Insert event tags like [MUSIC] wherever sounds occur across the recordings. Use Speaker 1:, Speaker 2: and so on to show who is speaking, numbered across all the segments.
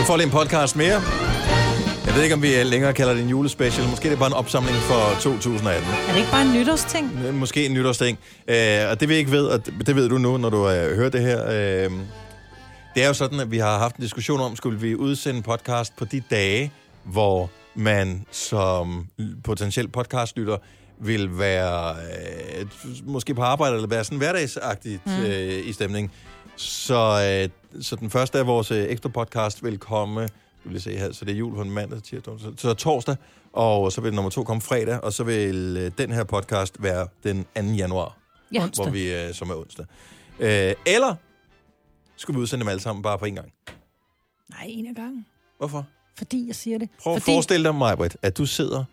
Speaker 1: Vi får lige en podcast mere. Jeg ved ikke, om vi øh, længere kalder det en julespecial. Måske er det bare en opsamling for 2018.
Speaker 2: Er det ikke bare en nytårsting?
Speaker 1: Øh, Måske en nytårsting. Øh, og det vi ikke ved, og det det ved du nu, når du øh, hører det her. Øh, det er jo sådan, at vi har haft en diskussion om, skulle vi udsende podcast på de dage, hvor man som potentiel podcastlytter vil være øh, måske på arbejde eller være sådan hverdagsagtigt mm. øh, i stemning. Så, øh, så den første af vores øh, ekstra podcast vil komme, skal vi lige se her, så det er jul på en mandag, tirsdag, onsdag, så torsdag, og så vil nummer to komme fredag, og så vil øh, den her podcast være den 2. januar,
Speaker 2: Ja.
Speaker 1: hvor vi, øh, som er onsdag. Øh, eller skulle vi udsende dem alle sammen bare på en gang?
Speaker 2: Nej, en af gangen.
Speaker 1: Hvorfor?
Speaker 2: Fordi jeg siger det.
Speaker 1: Prøv Fordi...
Speaker 2: Fordi
Speaker 1: at forestille dig, Majbrit, at du sidder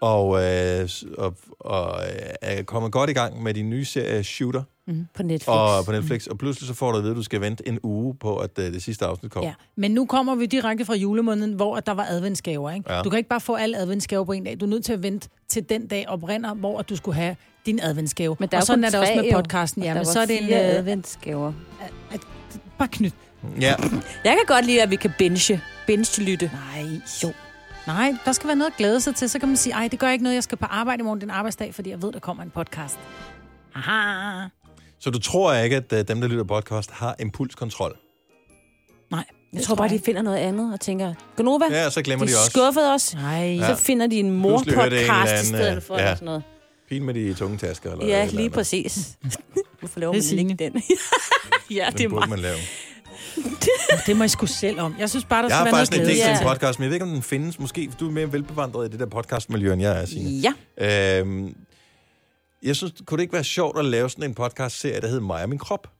Speaker 1: og, øh, s- og, og øh, er kommet godt i gang med din nye serie Shooter
Speaker 2: Mhm, på Netflix.
Speaker 1: og, på Netflix, og pludselig så får du at vide, at du skal vente en uge på, at øh, det sidste afsnit kommer.
Speaker 2: Ja, men nu kommer vi direkte fra julemåneden, hvor at der var adventsgaver, ikke?
Speaker 1: Ja.
Speaker 2: Ja. Du kan ikke bare få alle adventsgaver på en dag. Du er nødt til at vente til den dag oprinder, hvor at du skulle have din adventsgave.
Speaker 3: Men der er jo
Speaker 2: og sådan
Speaker 3: kun
Speaker 2: er det også
Speaker 3: tre,
Speaker 2: med
Speaker 3: jo.
Speaker 2: podcasten. Ja,
Speaker 3: der
Speaker 2: men
Speaker 3: var
Speaker 2: så er det en...
Speaker 3: fire
Speaker 2: Øh,
Speaker 3: adventsgaver.
Speaker 2: bare knyt.
Speaker 1: Ja.
Speaker 3: Jeg kan godt lide, at vi kan binge. Binge-lytte.
Speaker 2: Nej, jo. Nej, der skal være noget at glæde sig til. Så kan man sige, ej, det gør ikke noget, jeg skal på arbejde i morgen, den arbejdsdag, fordi jeg ved, der kommer en podcast. Aha.
Speaker 1: Så du tror ikke, at øh, dem, der lytter podcast, har impulskontrol?
Speaker 2: Nej,
Speaker 3: Jeg tror bare, de finder noget andet og tænker, Gonova,
Speaker 1: Ja, og så glemmer
Speaker 3: de
Speaker 1: de også.
Speaker 3: skuffede os.
Speaker 2: Nej.
Speaker 3: Så finder de en
Speaker 1: Pludselig hører det en eller
Speaker 3: mor-podcast i
Speaker 1: anden, øh,
Speaker 3: stedet for,
Speaker 1: ja.
Speaker 3: ja. sådan noget.
Speaker 1: Pin med de tunge tasker. Eller
Speaker 3: Ja,
Speaker 1: eller
Speaker 3: lige
Speaker 1: andet.
Speaker 3: præcis. [LAUGHS] Hvorfor laver man
Speaker 2: Det er
Speaker 3: ikke [LAUGHS] den? ja, det
Speaker 1: Den
Speaker 3: er
Speaker 1: burde
Speaker 3: mig.
Speaker 1: man lave.
Speaker 2: Det må I sgu selv om. Jeg synes bare, der
Speaker 1: Jeg
Speaker 2: skal
Speaker 1: har
Speaker 2: være noget
Speaker 1: faktisk en
Speaker 2: at
Speaker 1: idé
Speaker 2: glæde
Speaker 1: til
Speaker 2: sig
Speaker 3: Ja.
Speaker 1: en
Speaker 2: til.
Speaker 1: podcast, men jeg ved ikke, om den findes. Måske for du er mere velbevandret i det der podcastmiljø, end jeg er, Signe.
Speaker 3: Ja,
Speaker 1: Øhm, jeg synes, kunne det ikke være sjovt at lave sådan en podcast-serie, der hedder Mig og min krop?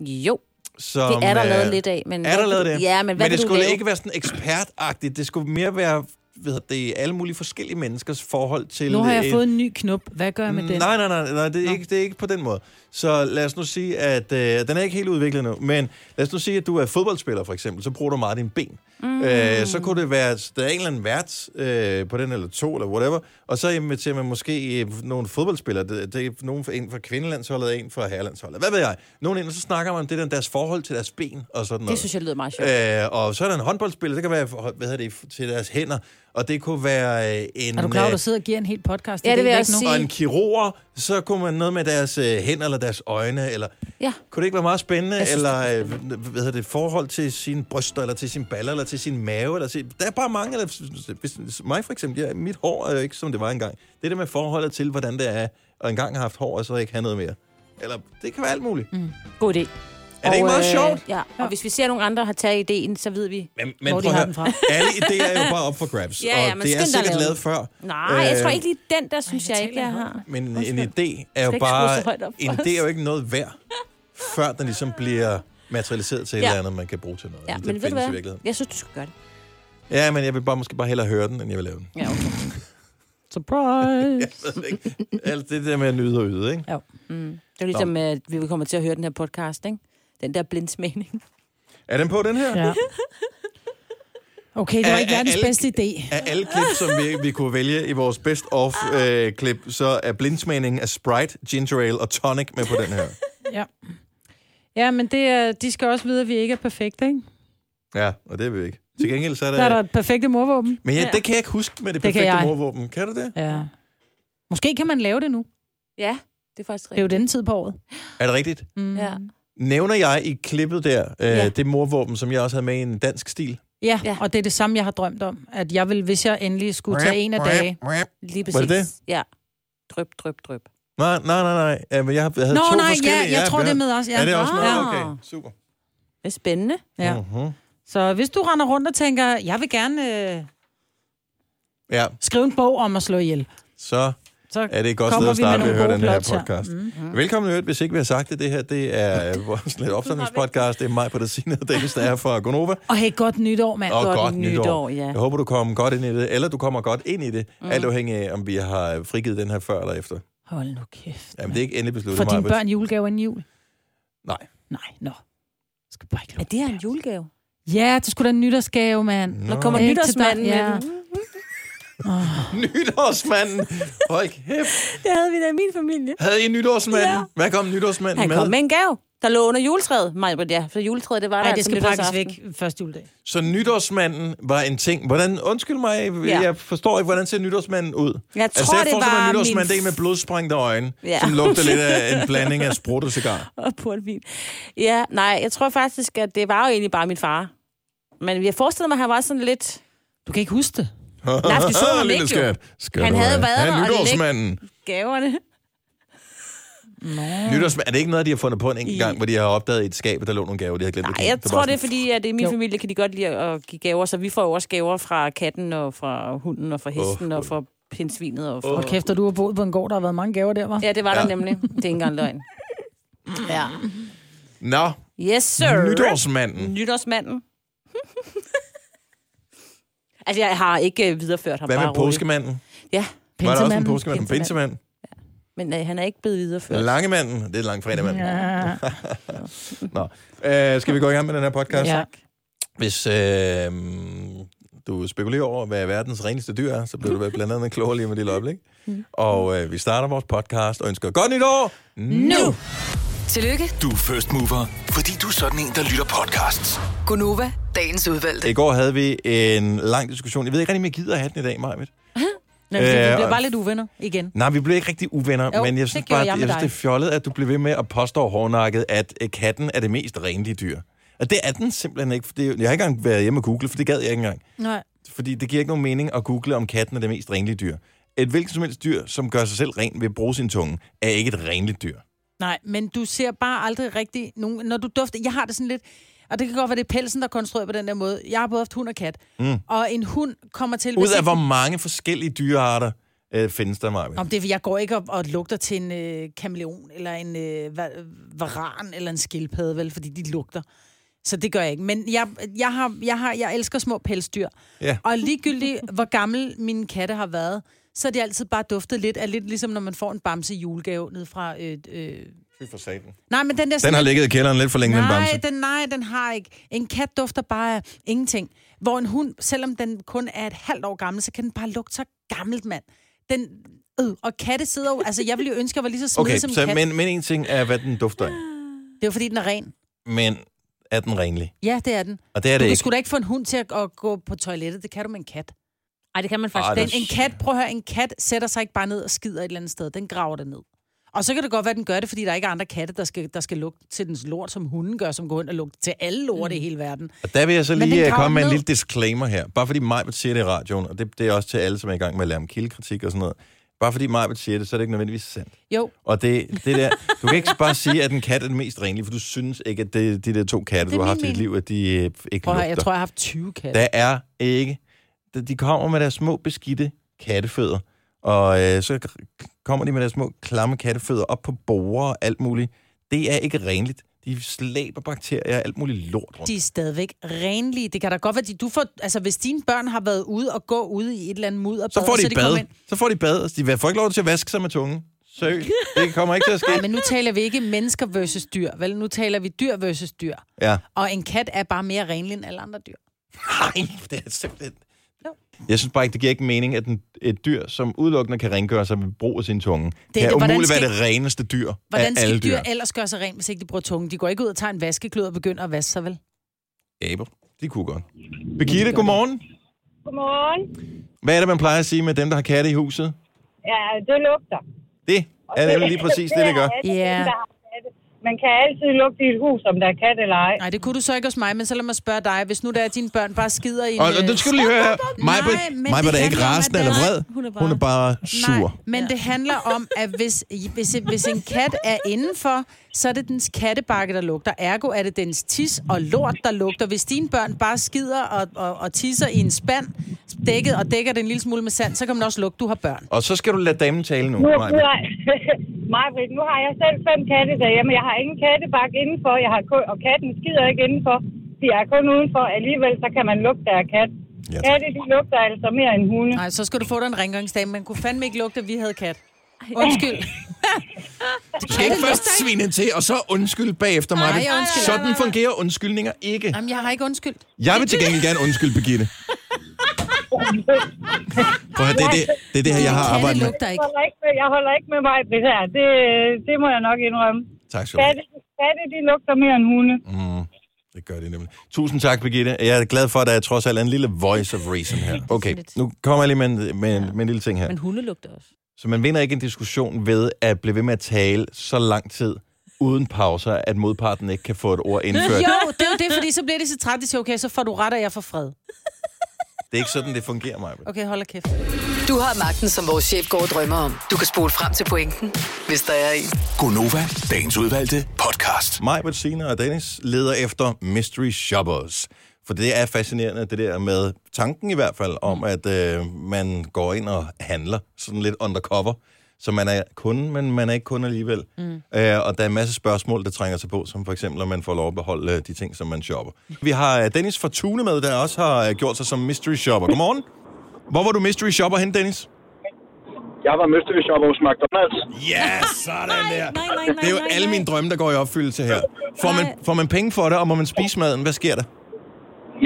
Speaker 3: jo.
Speaker 1: Som,
Speaker 3: Det er der
Speaker 1: øh,
Speaker 3: lavet lidt af. Men
Speaker 1: Er
Speaker 3: hvad
Speaker 1: der lavet
Speaker 3: vil du-
Speaker 1: det?
Speaker 3: Ja, men hvad
Speaker 1: men det
Speaker 3: vil du
Speaker 1: skulle
Speaker 3: lave?
Speaker 1: ikke være sådan ekspertagtigt. Det skulle mere være ved det, alle mulige forskellige menneskers forhold til... øh,
Speaker 2: Nu har jeg
Speaker 1: et-
Speaker 2: fået en ny knop. Hvad gør jeg med den?
Speaker 1: Mm. Nej, nej, nej, nej det, er
Speaker 2: Nå.
Speaker 1: ikke, det er ikke på den måde. Så lad os nu sige, at øh, den er ikke helt udviklet nu, men lad os nu sige, at du er fodboldspiller for eksempel, så bruger du meget dine ben. Mm. Øh, så kunne det være, at der er en eller anden vært øh, på den, eller to, eller whatever, og så inviterer man måske øh, nogle fodboldspillere, det, det er nogen fra, en fra kvindelandsholdet, en fra herrelandsholdet, hvad ved jeg. Nogen ind, og så snakker man om det der deres forhold til deres ben, og sådan noget.
Speaker 3: Det synes jeg lyder meget sjovt.
Speaker 1: Øh, og så er der en håndboldspiller, det kan være hvad hedder det, til deres hænder, og det kunne være øh, en...
Speaker 2: Er du klar, over, at
Speaker 1: øh,
Speaker 2: du sidder og giver en hel podcast?
Speaker 3: Ja, det vil jeg
Speaker 2: ikke
Speaker 3: også
Speaker 2: nogen-
Speaker 1: og en kirurger, så kunne man noget med deres øh, hænder eller deres øjne, eller
Speaker 3: Ja.
Speaker 1: kunne det ikke være meget spændende,
Speaker 3: Jeg
Speaker 1: synes,
Speaker 3: synes,
Speaker 1: eller øh, hvad hedder det, forhold til sine bryster, eller til sine baller, eller til sin mave, eller til, der er bare mange, eller, hvis, mig for eksempel, jeg, mit hår er jo ikke som det var engang. Det er det med forholdet til, hvordan det er, og engang har haft hår, og så ikke have noget mere. Eller det kan være alt muligt. Mm.
Speaker 3: God idé.
Speaker 1: Er det ikke meget sjovt?
Speaker 3: Ja, og øh, hvis vi ser nogen andre har taget ideen, så ved vi.
Speaker 1: Men, men
Speaker 2: Hvor de
Speaker 1: prøv at
Speaker 2: har
Speaker 1: høre,
Speaker 2: den fra.
Speaker 1: alle idéer er jo bare op for grabs,
Speaker 3: Ja, ja,
Speaker 1: og
Speaker 3: men
Speaker 1: det er
Speaker 3: skynd dig at
Speaker 1: sikkert
Speaker 3: lave
Speaker 1: lavet
Speaker 3: den.
Speaker 1: før.
Speaker 3: Nej, jeg tror
Speaker 1: Øh,
Speaker 3: ikke lige den, der synes
Speaker 2: Ej,
Speaker 3: jeg
Speaker 2: jeg
Speaker 3: ikke,
Speaker 2: taler
Speaker 3: jeg
Speaker 2: højt,
Speaker 3: har.
Speaker 1: Men en idé er jo
Speaker 3: ikke skrue så højt
Speaker 1: bare...
Speaker 3: op
Speaker 1: En
Speaker 3: for
Speaker 1: idé er jo ikke noget værd, før den ligesom bliver materialiseret til ja. et
Speaker 3: Ja.
Speaker 1: eller andet, man kan bruge til noget.
Speaker 3: Ja,
Speaker 1: det
Speaker 3: men ved du
Speaker 1: findes i
Speaker 3: hvad?
Speaker 1: virkeligheden.
Speaker 3: Jeg synes, du skal gøre det.
Speaker 1: Ja, men jeg vil bare måske bare hellere høre den, end jeg vil lave den.
Speaker 3: Ja, okay.
Speaker 2: Surprise!
Speaker 1: Jeg ved ikke. Alt det der med at nyde og yde, ikke?
Speaker 3: Mm. Det er ligesom, at vi kommer til at høre den her podcast, ikke? Den der blindsmening.
Speaker 1: Er den på, den her?
Speaker 2: ja. Okay, det
Speaker 1: Er-
Speaker 2: var ikke
Speaker 1: er
Speaker 2: verdens
Speaker 1: alle-
Speaker 2: bedste idé.
Speaker 1: Af alle klip, som vi, vi kunne vælge i vores best-of-klip, så er blindsmagningen af Sprite, Ginger Ale og Tonic med på den her.
Speaker 2: Ja. Ja, men det er, de skal også vide, at vi ikke er perfekte, ikke?
Speaker 1: Ja, og det er vi ikke. Til gengæld så er
Speaker 2: Der er der
Speaker 1: der...
Speaker 2: et perfekte morvåben.
Speaker 1: Men ja, det kan jeg ikke huske med det
Speaker 2: Det kan
Speaker 1: perfekte
Speaker 2: jeg.
Speaker 1: morvåben. Kan du det?
Speaker 2: Ja. Måske kan man lave det nu.
Speaker 3: [LAUGHS] Ja, det er faktisk
Speaker 2: Det er jo
Speaker 3: rigtigt.
Speaker 2: denne tid på året.
Speaker 1: Er det rigtigt?
Speaker 2: Mm.
Speaker 3: Ja.
Speaker 1: Nævner jeg i klippet der, øh,
Speaker 3: Ja.
Speaker 1: det morvåben, som jeg også havde med i en dansk stil?
Speaker 2: Ja,
Speaker 3: Ja.
Speaker 2: og det er det samme, jeg har drømt om. At jeg vil, hvis jeg endelig skulle tage en af dage...
Speaker 3: Lige præcis.
Speaker 1: Var det
Speaker 3: Ja. Drøb, drøb, drøb.
Speaker 1: Nej, nej, nej, nej. Ja, men jeg havde jeg havde
Speaker 2: Nå,
Speaker 1: to
Speaker 2: nej, ja,
Speaker 1: forskellige.
Speaker 2: jeg tror,
Speaker 1: jeg-
Speaker 2: det er med også. Ja. Ah,
Speaker 1: Er det også med?
Speaker 2: Ja.
Speaker 1: Okay, super.
Speaker 3: Det er spændende.
Speaker 2: Ja.
Speaker 1: Mm-hmm.
Speaker 2: Så hvis du render rundt og tænker, jeg vil gerne øh,
Speaker 1: Ja,
Speaker 2: skrive en bog om at slå ihjel,
Speaker 1: så
Speaker 2: så
Speaker 1: er det et godt sted
Speaker 2: kommer
Speaker 1: at
Speaker 2: vi med
Speaker 1: starte med
Speaker 2: nogle
Speaker 1: at høre
Speaker 2: gode
Speaker 1: den her
Speaker 2: plots her.
Speaker 1: podcast.
Speaker 2: Mm.
Speaker 1: Mm. Velkommen i øvrigt, hvis ikke vi har sagt det. Det her, det er øh, vores lidt opsamlingspodcast. Det er mig på det sine, og Dennis, der er fra Gonova.
Speaker 2: Og hey, godt nytår, mand.
Speaker 1: Og
Speaker 3: godt
Speaker 1: godt
Speaker 3: nytår,
Speaker 1: nytår.
Speaker 3: ja.
Speaker 1: Jeg håber, du kommer godt ind i det, eller du kommer godt ind i det, mm. alt afhængig af, om vi har frigivet den her før eller efter.
Speaker 2: Hold nu kæft.
Speaker 1: Jamen,
Speaker 2: mand.
Speaker 1: det er ikke endelig besluttet,
Speaker 2: For dine
Speaker 1: Maja.
Speaker 2: børn julegave inden jul?
Speaker 1: Nej.
Speaker 2: Nej, nå. Jeg Skal bare ikke
Speaker 3: Er
Speaker 2: lukke.
Speaker 3: det her en julegave?
Speaker 2: Ja, det skulle da en nytårsgave, mand.
Speaker 3: Når kommer
Speaker 2: Ikke til
Speaker 3: nytårsmanden?
Speaker 2: dig, ja.
Speaker 1: [LAUGHS]
Speaker 3: med den?
Speaker 1: [LAUGHS] Nytårsmanden! Hold kæft.
Speaker 3: Det havde vi da i min familie.
Speaker 1: Havde I nytårsmanden? Ja.
Speaker 3: Ja.
Speaker 1: Hvad kom nytårsmanden
Speaker 3: Han
Speaker 1: med?
Speaker 3: kom med en gave. der lå under juletræet. Nej, men ja, for juletræet, det var der
Speaker 2: Nej, det
Speaker 3: altså
Speaker 2: skal pakkes
Speaker 3: nytårsaften.
Speaker 2: væk første juledag.
Speaker 1: Så nytårsmanden var en ting. Hvordan, undskyld mig, ja.
Speaker 3: Ja.
Speaker 1: jeg forstår ikke, hvordan ser nytårsmanden ud? Altså,
Speaker 3: Jeg tror,
Speaker 1: jeg
Speaker 3: det
Speaker 1: forestiller mig
Speaker 3: var
Speaker 1: en nytårsmand,
Speaker 3: min-
Speaker 1: det er en med blodsprængte øjne, ja.
Speaker 3: Ja.
Speaker 1: som lugter lidt af en blanding af sprut og cigar.
Speaker 3: og portvin. Ja, nej, jeg tror faktisk, at det var jo egentlig bare min far. Men jeg forestiller mig, at han var sådan lidt...
Speaker 2: Du kan ikke huske det.
Speaker 3: [LAUGHS] Nej, for vi så
Speaker 1: [LAUGHS]
Speaker 3: ham
Speaker 1: Lille
Speaker 3: ikke jo.
Speaker 1: skat. Skal
Speaker 3: Han
Speaker 1: du
Speaker 3: havde
Speaker 1: have-
Speaker 3: været
Speaker 1: have
Speaker 3: der og ligge-
Speaker 1: nytårsmanden.
Speaker 3: Gaverne.
Speaker 1: Nytårsmand, er det ikke noget, de har fundet på en enkelt gang, hvor de har opdaget i et skab, at der lå nogle gaver, de havde glemt at
Speaker 3: Nej,
Speaker 1: give?
Speaker 3: jeg
Speaker 1: var
Speaker 3: tror,
Speaker 1: bare
Speaker 3: det er
Speaker 1: sådan,
Speaker 3: fordi, at i min
Speaker 2: Jo.
Speaker 3: familie kan de godt lide at give gaver, så vi får jo også gaver fra katten og fra hunden og fra hesten og fra pindsvinet. Og fra...
Speaker 2: Og kæft, og du har boet på en gård, der har været mange gaver der, var.
Speaker 3: Ja, det var der
Speaker 1: Ja.
Speaker 3: nemlig. Det er ikke engang løgn. Ja.
Speaker 1: Nå,
Speaker 3: Yes, sir.
Speaker 1: nytårsmanden.
Speaker 3: Nytårsmanden. [LAUGHS] altså, jeg har ikke øh, videreført ham.
Speaker 1: Hvad med
Speaker 3: bare roligt.
Speaker 1: påskemanden?
Speaker 3: Ja,
Speaker 1: Var der også en
Speaker 2: Pinsemanden.
Speaker 1: påskemand? Pinsemanden?
Speaker 3: men øh, han er ikke blevet videreført.
Speaker 1: Langemanden? Det er langfredagmanden. Ja.
Speaker 2: Ja.
Speaker 1: Nå. Øh, skal vi gå i gang med den her podcast?
Speaker 2: ja.
Speaker 1: Hvis øh, du spekulerer over, hvad verdens reneste dyr er, så bliver du blandt andet klogere lige med det lille øjeblik.
Speaker 2: Mm.
Speaker 1: Og øh, vi starter vores podcast og ønsker godt nytår
Speaker 3: Nu!
Speaker 4: Tillykke,
Speaker 5: Du er first mover, fordi du er sådan en, der lytter podcasts.
Speaker 4: Gunova, dagens udvalgte.
Speaker 1: I går havde vi en lang diskussion. Jeg ved ikke rigtig, om jeg gider at have den i dag, Majvidt.
Speaker 2: Nå, fordi
Speaker 1: Øh,
Speaker 2: vi bliver
Speaker 1: og-
Speaker 2: bare lidt uvenner igen.
Speaker 1: Nej, vi blev ikke rigtig uvenner,
Speaker 2: Jo,
Speaker 1: men jeg
Speaker 2: det
Speaker 1: synes
Speaker 2: gjorde
Speaker 1: bare,
Speaker 2: jeg
Speaker 1: jeg
Speaker 2: med
Speaker 1: synes, det er
Speaker 2: dig.
Speaker 1: fjollet, at du bliver ved med at påstå hårdnakket, at øh, katten er det mest renlige dyr. Og det er den simpelthen ikke. For det, er jo- jeg har ikke engang været hjemme og google, for det gad jeg ikke engang.
Speaker 2: Nej.
Speaker 1: fordi det giver ikke nogen mening at google, om katten er det mest renlige dyr. Et hvilket som helst dyr, som gør sig selv ren ved at bruge sin tunge, er ikke et renligt dyr.
Speaker 2: Nej, men du ser bare aldrig rigtig nogen... Når du dufter... Jeg har det sådan lidt... Og det kan godt være, det er pelsen, der er konstrueret på den der måde. Jeg har både haft hund og kat. Mm. Og en hund kommer til...
Speaker 1: Ud
Speaker 2: hvis
Speaker 1: af
Speaker 2: ikke-
Speaker 1: hvor mange forskellige dyrearter øh, findes der, Marvind?
Speaker 2: Om det, er, for jeg går ikke op og lugter til en øh, kameleon, eller en øh, va- varan, eller en skildpadde, vel, fordi de lugter. Så det gør jeg ikke. Men jeg, jeg, har, jeg, har, jeg elsker små pelsdyr.
Speaker 1: Ja.
Speaker 2: Og ligegyldigt, hvor gammel mine katte har været, så er det altid bare duftet lidt af lidt ligesom, når man får en bamse i julegave ned fra... Øh, øh.
Speaker 1: Fy for satan.
Speaker 2: Nej, men den der...
Speaker 1: Den har ligget i kælderen lidt for længe, den
Speaker 2: Nej,
Speaker 1: bamse.
Speaker 2: den, nej, den har ikke. En kat dufter bare af ingenting. Hvor en hund, selvom den kun er et halvt år gammel, så kan den bare lugte så gammelt, mand. Den, øh, og katte sidder jo... Altså, jeg ville jo ønske, at jeg var lige så smidig
Speaker 1: Okay,
Speaker 2: som en
Speaker 1: så,
Speaker 2: ligesom kat. Ah. Men...
Speaker 1: men, men en ting er, hvad den dufter af.
Speaker 2: Det er jo fordi, den er ren.
Speaker 1: Men er den renlig?
Speaker 2: Ja, det er den.
Speaker 1: Og det er
Speaker 2: Du
Speaker 1: det
Speaker 2: kan
Speaker 1: ikke.
Speaker 2: sgu da ikke få en hund til at, at gå på toilettet. Det kan du med en kat.
Speaker 3: Nej, det kan man
Speaker 1: Ej,
Speaker 3: faktisk
Speaker 1: det
Speaker 2: Den,
Speaker 1: er
Speaker 3: ikke.
Speaker 1: s-
Speaker 2: en kat, prøv at høre, en kat sætter sig ikke bare ned og skider et eller andet sted. Den graver det ned. Og så kan det godt være, at den gør det, fordi der ikke er andre katte, der skal, der skal lugte til dens lort, som hunden gør, som går hen og lugter til alle lorte mm. i hele verden.
Speaker 1: Og der vil jeg så
Speaker 2: Men
Speaker 1: lige
Speaker 2: den
Speaker 1: øh,
Speaker 2: graver
Speaker 1: komme med en
Speaker 2: ned.
Speaker 1: lille disclaimer her. Bare fordi Majbert siger det i radioen, og det, det er også til alle, som er i gang med at lære om kildekritik og sådan noget. Bare fordi Majbert siger det, så er det ikke nødvendigvis sandt.
Speaker 2: Jo,
Speaker 1: Og det, det der, du kan ikke bare sige, at en kat er den mest renlige, for du synes ikke, at det, de der to katte,
Speaker 2: Det er
Speaker 1: du har haft i
Speaker 2: min
Speaker 1: dit liv, at de øh, ikke
Speaker 2: prøv at
Speaker 1: lugter.
Speaker 2: høre, jeg tror, jeg har haft 20 katte.
Speaker 1: Der er ikke... de- De kommer med deres små beskidte kattefødder, og øh, så k- kommer de med deres små klamme kattefødder op på borer og alt muligt. Det er ikke renligt. De slæber bakterier og alt muligt lort rundt.
Speaker 2: de er stadigvæk renlige. Det kan da godt være, at du får... Altså, hvis dine børn har været ude og gå ude i et eller andet mudderbad,
Speaker 1: Så får de,
Speaker 2: så
Speaker 1: et
Speaker 2: kommer
Speaker 1: bad.
Speaker 2: ind-
Speaker 1: Så får de bad. og De får ikke lov til at vaske sig med tungen.
Speaker 2: [LAUGHS]
Speaker 1: Seriøst. Det kommer ikke til at ske.
Speaker 2: Ej, men nu taler vi ikke mennesker versus dyr, vel? Nu taler vi dyr versus dyr.
Speaker 1: Ja.
Speaker 2: Og en kat er bare mere renlig end alle andre dyr.
Speaker 1: Nej, [LAUGHS] det er simpelthen...
Speaker 2: Jo.
Speaker 1: Jeg synes bare ikke, det giver ikke mening, at en, et dyr, som udelukkende kan rengøre sig ved brug af sin tunge, det,
Speaker 2: det.
Speaker 1: kan det,
Speaker 2: Hvordan
Speaker 1: umuligt
Speaker 2: skal-
Speaker 1: være det reneste dyr
Speaker 2: Hvordan
Speaker 1: af alle
Speaker 2: skal dyr,
Speaker 1: dyr.
Speaker 2: dyr ellers gøre sig rent, hvis ikke de bruger tungen? De går ikke ud og tager en vaskeklud og begynder at vaske sig, vel?
Speaker 1: Aber, de kunne godt. Birgitte, godmorgen.
Speaker 6: Godmorgen.
Speaker 1: Hvad er det, man plejer at sige med dem, der har katte i huset?
Speaker 6: Ja, det lugter.
Speaker 1: Det er nemlig lige præcis det, det gør.
Speaker 6: altid
Speaker 2: Ja.
Speaker 6: dem, der har katte. Man kan altid lugte i et hus, om der er kat eller ej.
Speaker 2: Nej, det kunne du så ikke hos mig, men så lad mig spørge dig. Hvis nu der er at dine børn bare skider i en...
Speaker 1: Og, og
Speaker 2: øh,
Speaker 1: det skal du lige høre her.
Speaker 2: Nej, men
Speaker 1: Majbert,
Speaker 2: det
Speaker 1: Majbert er ikke
Speaker 2: handler om, at
Speaker 1: rasende
Speaker 2: den-
Speaker 1: eller vred.
Speaker 3: Nej, hun er bare-
Speaker 1: Hun er bare sur.
Speaker 2: Nej, men ja. det handler om, at hvis, hvis, hvis en kat er indenfor, så er det dens kattebakke, der lugter. Ergo er det dens tis og lort, der lugter. Hvis dine børn bare skider og, og, og tisser i en spand, dækket og dækker den en lille smule med sand, så kan man også lugte, du har børn.
Speaker 1: Og så skal du lade damen tale nu,
Speaker 6: Nu, nu,
Speaker 1: Majbert.
Speaker 6: har, [LAUGHS] Majbrit, nu har jeg selv fem katte derhjemme. Jeg har ingen kattebakke indenfor, jeg har kun, og katten skider ikke indenfor. De er kun udenfor. Alligevel så kan man lugte af kat.
Speaker 1: Ja, tak.
Speaker 6: Katte, de lugter altså mere end hunde.
Speaker 2: Nej, så skal du få dig en rengøringsdag. Man kunne fandme ikke lugte, at vi havde kat. Undskyld.
Speaker 1: Du skal ikke først svine til, og så undskyld bagefter, Majbert.
Speaker 2: Nej, undskyld.
Speaker 1: Sådan fungerer undskyldninger ikke.
Speaker 2: Jamen, jeg har ikke undskyldt.
Speaker 1: Jeg vil til gengæld gerne undskylde Birgitte. Prøv at høre, det, er det, det er det her, jeg har
Speaker 2: Katte
Speaker 1: arbejdet med.
Speaker 2: lugter
Speaker 6: Jeg
Speaker 2: ikke.
Speaker 6: holder ikke med, jeg holder ikke med Majbrit her. Det, det må jeg nok indrømme.
Speaker 1: Tak skal du
Speaker 6: Katte,
Speaker 1: have.
Speaker 6: katte, de lugter mere end hunde.
Speaker 1: Mm, det gør det nemlig. Tusind tak, Birgitte. Jeg er glad for, at der er trods alt en lille voice of reason her. Okay, nu kommer jeg lige med en, med, en, med en lille ting her.
Speaker 3: Men hunde lugter også.
Speaker 1: Så man vinder ikke en diskussion ved at blive ved med at tale så lang tid uden pauser, at modparten ikke kan få et ord indført.
Speaker 2: Jo, det er jo det, fordi så bliver det så træt, de siger, okay, så får du ret, og jeg får fred.
Speaker 1: Det er ikke sådan, det fungerer, mig.
Speaker 2: Okay, hold da kæft.
Speaker 4: Du har magten, som vores chef går og drømmer om. Du kan spole frem til pointen, hvis der er en.
Speaker 5: Gonova, dagens udvalgte podcast.
Speaker 1: Mig, Bettina og Dennis leder efter mystery shoppers. For det er fascinerende, det der med tanken i hvert fald, om at øh, man går ind og handler sådan lidt undercover. Så man er kunde, men man er ikke kunde alligevel. Mm. Øh, og der er en masse spørgsmål, der trænger sig på, som for eksempel, om man får lov at beholde øh, de ting, som man shopper. Vi har øh, Dennis fra Tune med, der også har øh, gjort sig som mystery shopper. Godmorgen. Hvor var du mystery shopper hen, Dennis?
Speaker 7: Jeg var mystery shopper hos McDonald's.
Speaker 1: Ja, yes, sådan der.
Speaker 3: nej, nej,
Speaker 1: det er jo
Speaker 3: nej,
Speaker 1: alle
Speaker 3: nej.
Speaker 1: mine drømme, der går i opfyldelse her. Får man,
Speaker 3: Nej.
Speaker 1: får man penge for det, og må man spise maden? Hvad sker der?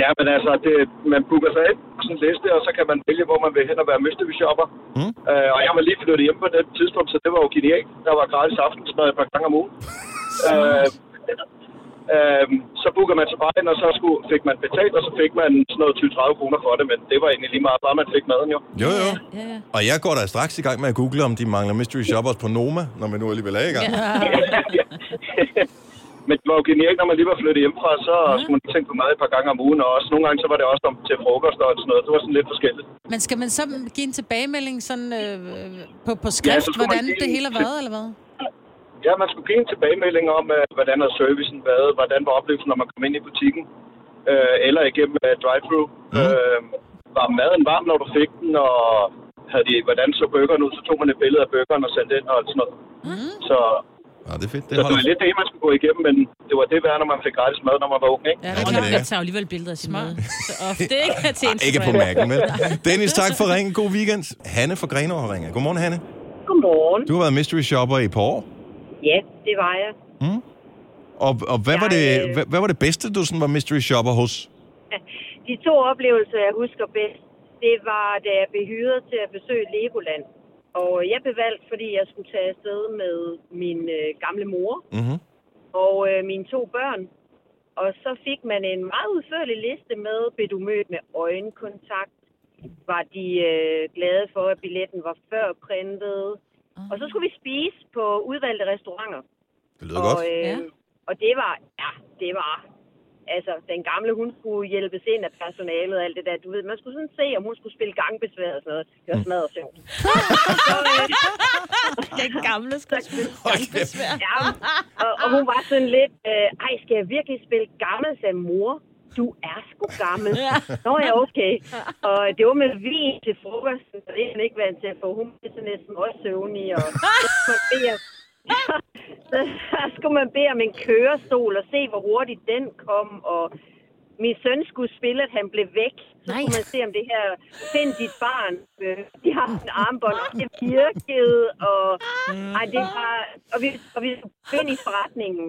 Speaker 7: Ja, men altså, det, man booker sig ind på sådan en liste, og så kan man vælge, hvor man vil hen og være mystery shopper. Mm. Øh, og jeg var lige flyttet hjem på det tidspunkt, så det var jo genialt. Der var gratis aftensmad et par gange om ugen. øh, øh, så booker man sig bare ind, og så skulle, fik man betalt, og så fik man sådan noget 20-30 kroner for det, men det var egentlig lige meget, bare man fik maden jo.
Speaker 1: Jo, jo.
Speaker 3: Ja, ja.
Speaker 1: Og jeg går da straks i gang med at google, om de mangler mystery shoppers på Noma, når man nu alligevel er i gang.
Speaker 7: Men det var jo genialt, når man lige var flyttet hjemmefra, så mm. skulle man lige tænke på mad et par gange om ugen, og også nogle gange, så var det også om til frokost og sådan noget. Det var sådan lidt forskelligt.
Speaker 2: Men skal man så give en tilbagemelding sådan, øh, øh, på, på
Speaker 7: Ja,
Speaker 2: skrift,
Speaker 7: så
Speaker 2: ja,
Speaker 7: skulle man
Speaker 2: hvordan
Speaker 7: give
Speaker 2: det
Speaker 7: en
Speaker 2: hele har
Speaker 7: til-
Speaker 2: været, eller hvad?
Speaker 7: Ja, man skulle give en tilbagemelding om, øh, hvordan er servicen været, hvordan var oplevelsen, når man kom ind i butikken, øh, eller igennem øh, drive-thru. Mm. Øh, var maden varm, når du fik den, og havde de, hvordan så burgeren ud, så tog man et billede af burgeren og sendte ind og sådan noget. Mm. Så,
Speaker 1: Nå, det er fedt.
Speaker 7: så
Speaker 1: Det
Speaker 7: det var
Speaker 1: holder.
Speaker 7: lidt det, man skulle gå igennem, men det var det værd, når man fik gratis mad, når man var ung, ikke?
Speaker 1: det
Speaker 3: Ja,
Speaker 1: er
Speaker 3: det er klart.
Speaker 1: det.
Speaker 3: Jeg tager jo alligevel billeder af sin mad. Så ofte ikke
Speaker 1: [LAUGHS]
Speaker 3: til
Speaker 1: Ah, Ikke på
Speaker 3: Instagram.
Speaker 1: mærken, vel? Dennis, tak for ringen. God weekend. Hanne fra Grenaa har ringet. Godmorgen, Hanne.
Speaker 6: Godmorgen.
Speaker 1: Du har været mystery shopper i et par år.
Speaker 6: Ja, det var jeg.
Speaker 1: Og, og hvad, var det,
Speaker 6: Jeg, øh,
Speaker 1: hvad, hvad var det bedste, du sådan var mystery shopper hos?
Speaker 6: De to oplevelser, jeg husker bedst, det var, da jeg blev hyret til at besøge Legoland. Og jeg blev valgt, fordi jeg skulle tage afsted med min øh, gamle mor
Speaker 1: Mhm.
Speaker 6: og øh, mine to børn. Og så fik man en meget udførlig liste med, blev du mødt med øjenkontakt? Var de øh, glade for, at billetten var førprintet? Og så skulle vi spise på udvalgte restauranter.
Speaker 1: Det lyder godt.
Speaker 6: Og, øh,
Speaker 3: Ja.
Speaker 6: ja. og det var, ja, det var, altså, den gamle, hun skulle hjælpes ind af personalet og alt det der. Du ved, man skulle sådan se, om hun skulle spille gangbesvær og sådan noget.
Speaker 1: Mm.
Speaker 6: Det var smadret
Speaker 3: [LAUGHS]
Speaker 6: øh, sjovt.
Speaker 3: Den gamle
Speaker 6: [LAUGHS]
Speaker 3: skuespil.
Speaker 6: Ja, og, og hun var sådan lidt, øh, ej, skal jeg virkelig spille gammel, sagde mor? Du er sgu gammel. Nå ja, okay. Og det var med vin til frokosten, så det er han ikke vant til at få. Hun blev så næsten også søvnig, og så skulle man bede om- [LAUGHS] så, så skulle man bede om en kørestol og se, hvor hurtigt den kom, og min søn skulle spille, at han blev væk. Så
Speaker 3: Nej.
Speaker 6: kunne man se, om det her, find dit barn, øh, de har en armbånd, og det virkede, og, ej, det var, og, vi, og vi skulle ind i forretningen.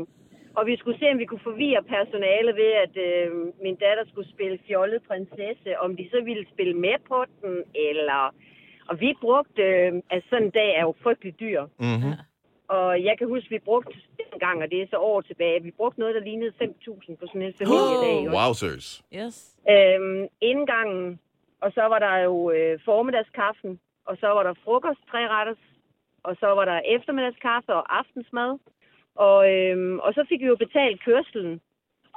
Speaker 6: Og vi skulle se, om vi kunne forvirre personale ved, at øh, min datter skulle spille fjollet prinsesse, om de så ville spille med på den, eller... Og vi brugte... Øh, altså, sådan en dag er jo frygtelig dyr.
Speaker 1: Mhm.
Speaker 6: Og jeg kan huske, vi brugte dengang, og det er så år tilbage, vi brugte noget, der lignede 5.000 på sådan en familiedag.
Speaker 3: Wow.
Speaker 6: Wow.
Speaker 1: Wow, seriøst.
Speaker 3: Yes.
Speaker 6: Øhm, indgangen, og så var der jo øh, formiddagskaffen, og så var der frokost, tre retters, og så var der eftermiddagskaffe og aftensmad. Og, øhm, og så fik vi jo betalt kørselen.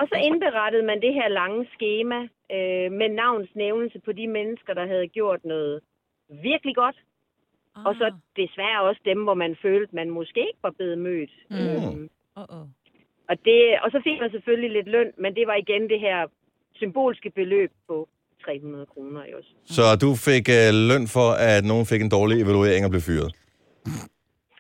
Speaker 6: Og så indberettede man det her lange schema øh, med navnsnævnelse på de mennesker, der havde gjort noget virkelig godt. Ah. Og så desværre også dem, hvor man følte, man måske ikke var blevet mødt. Mm. Øhm,
Speaker 3: Oh, oh.
Speaker 6: og, det, og så fik man selvfølgelig lidt løn, men det var igen det her symbolske beløb på 300 kroner i også.
Speaker 1: Så du fik øh, løn for, at nogen fik en dårlig evaluering og blev fyret?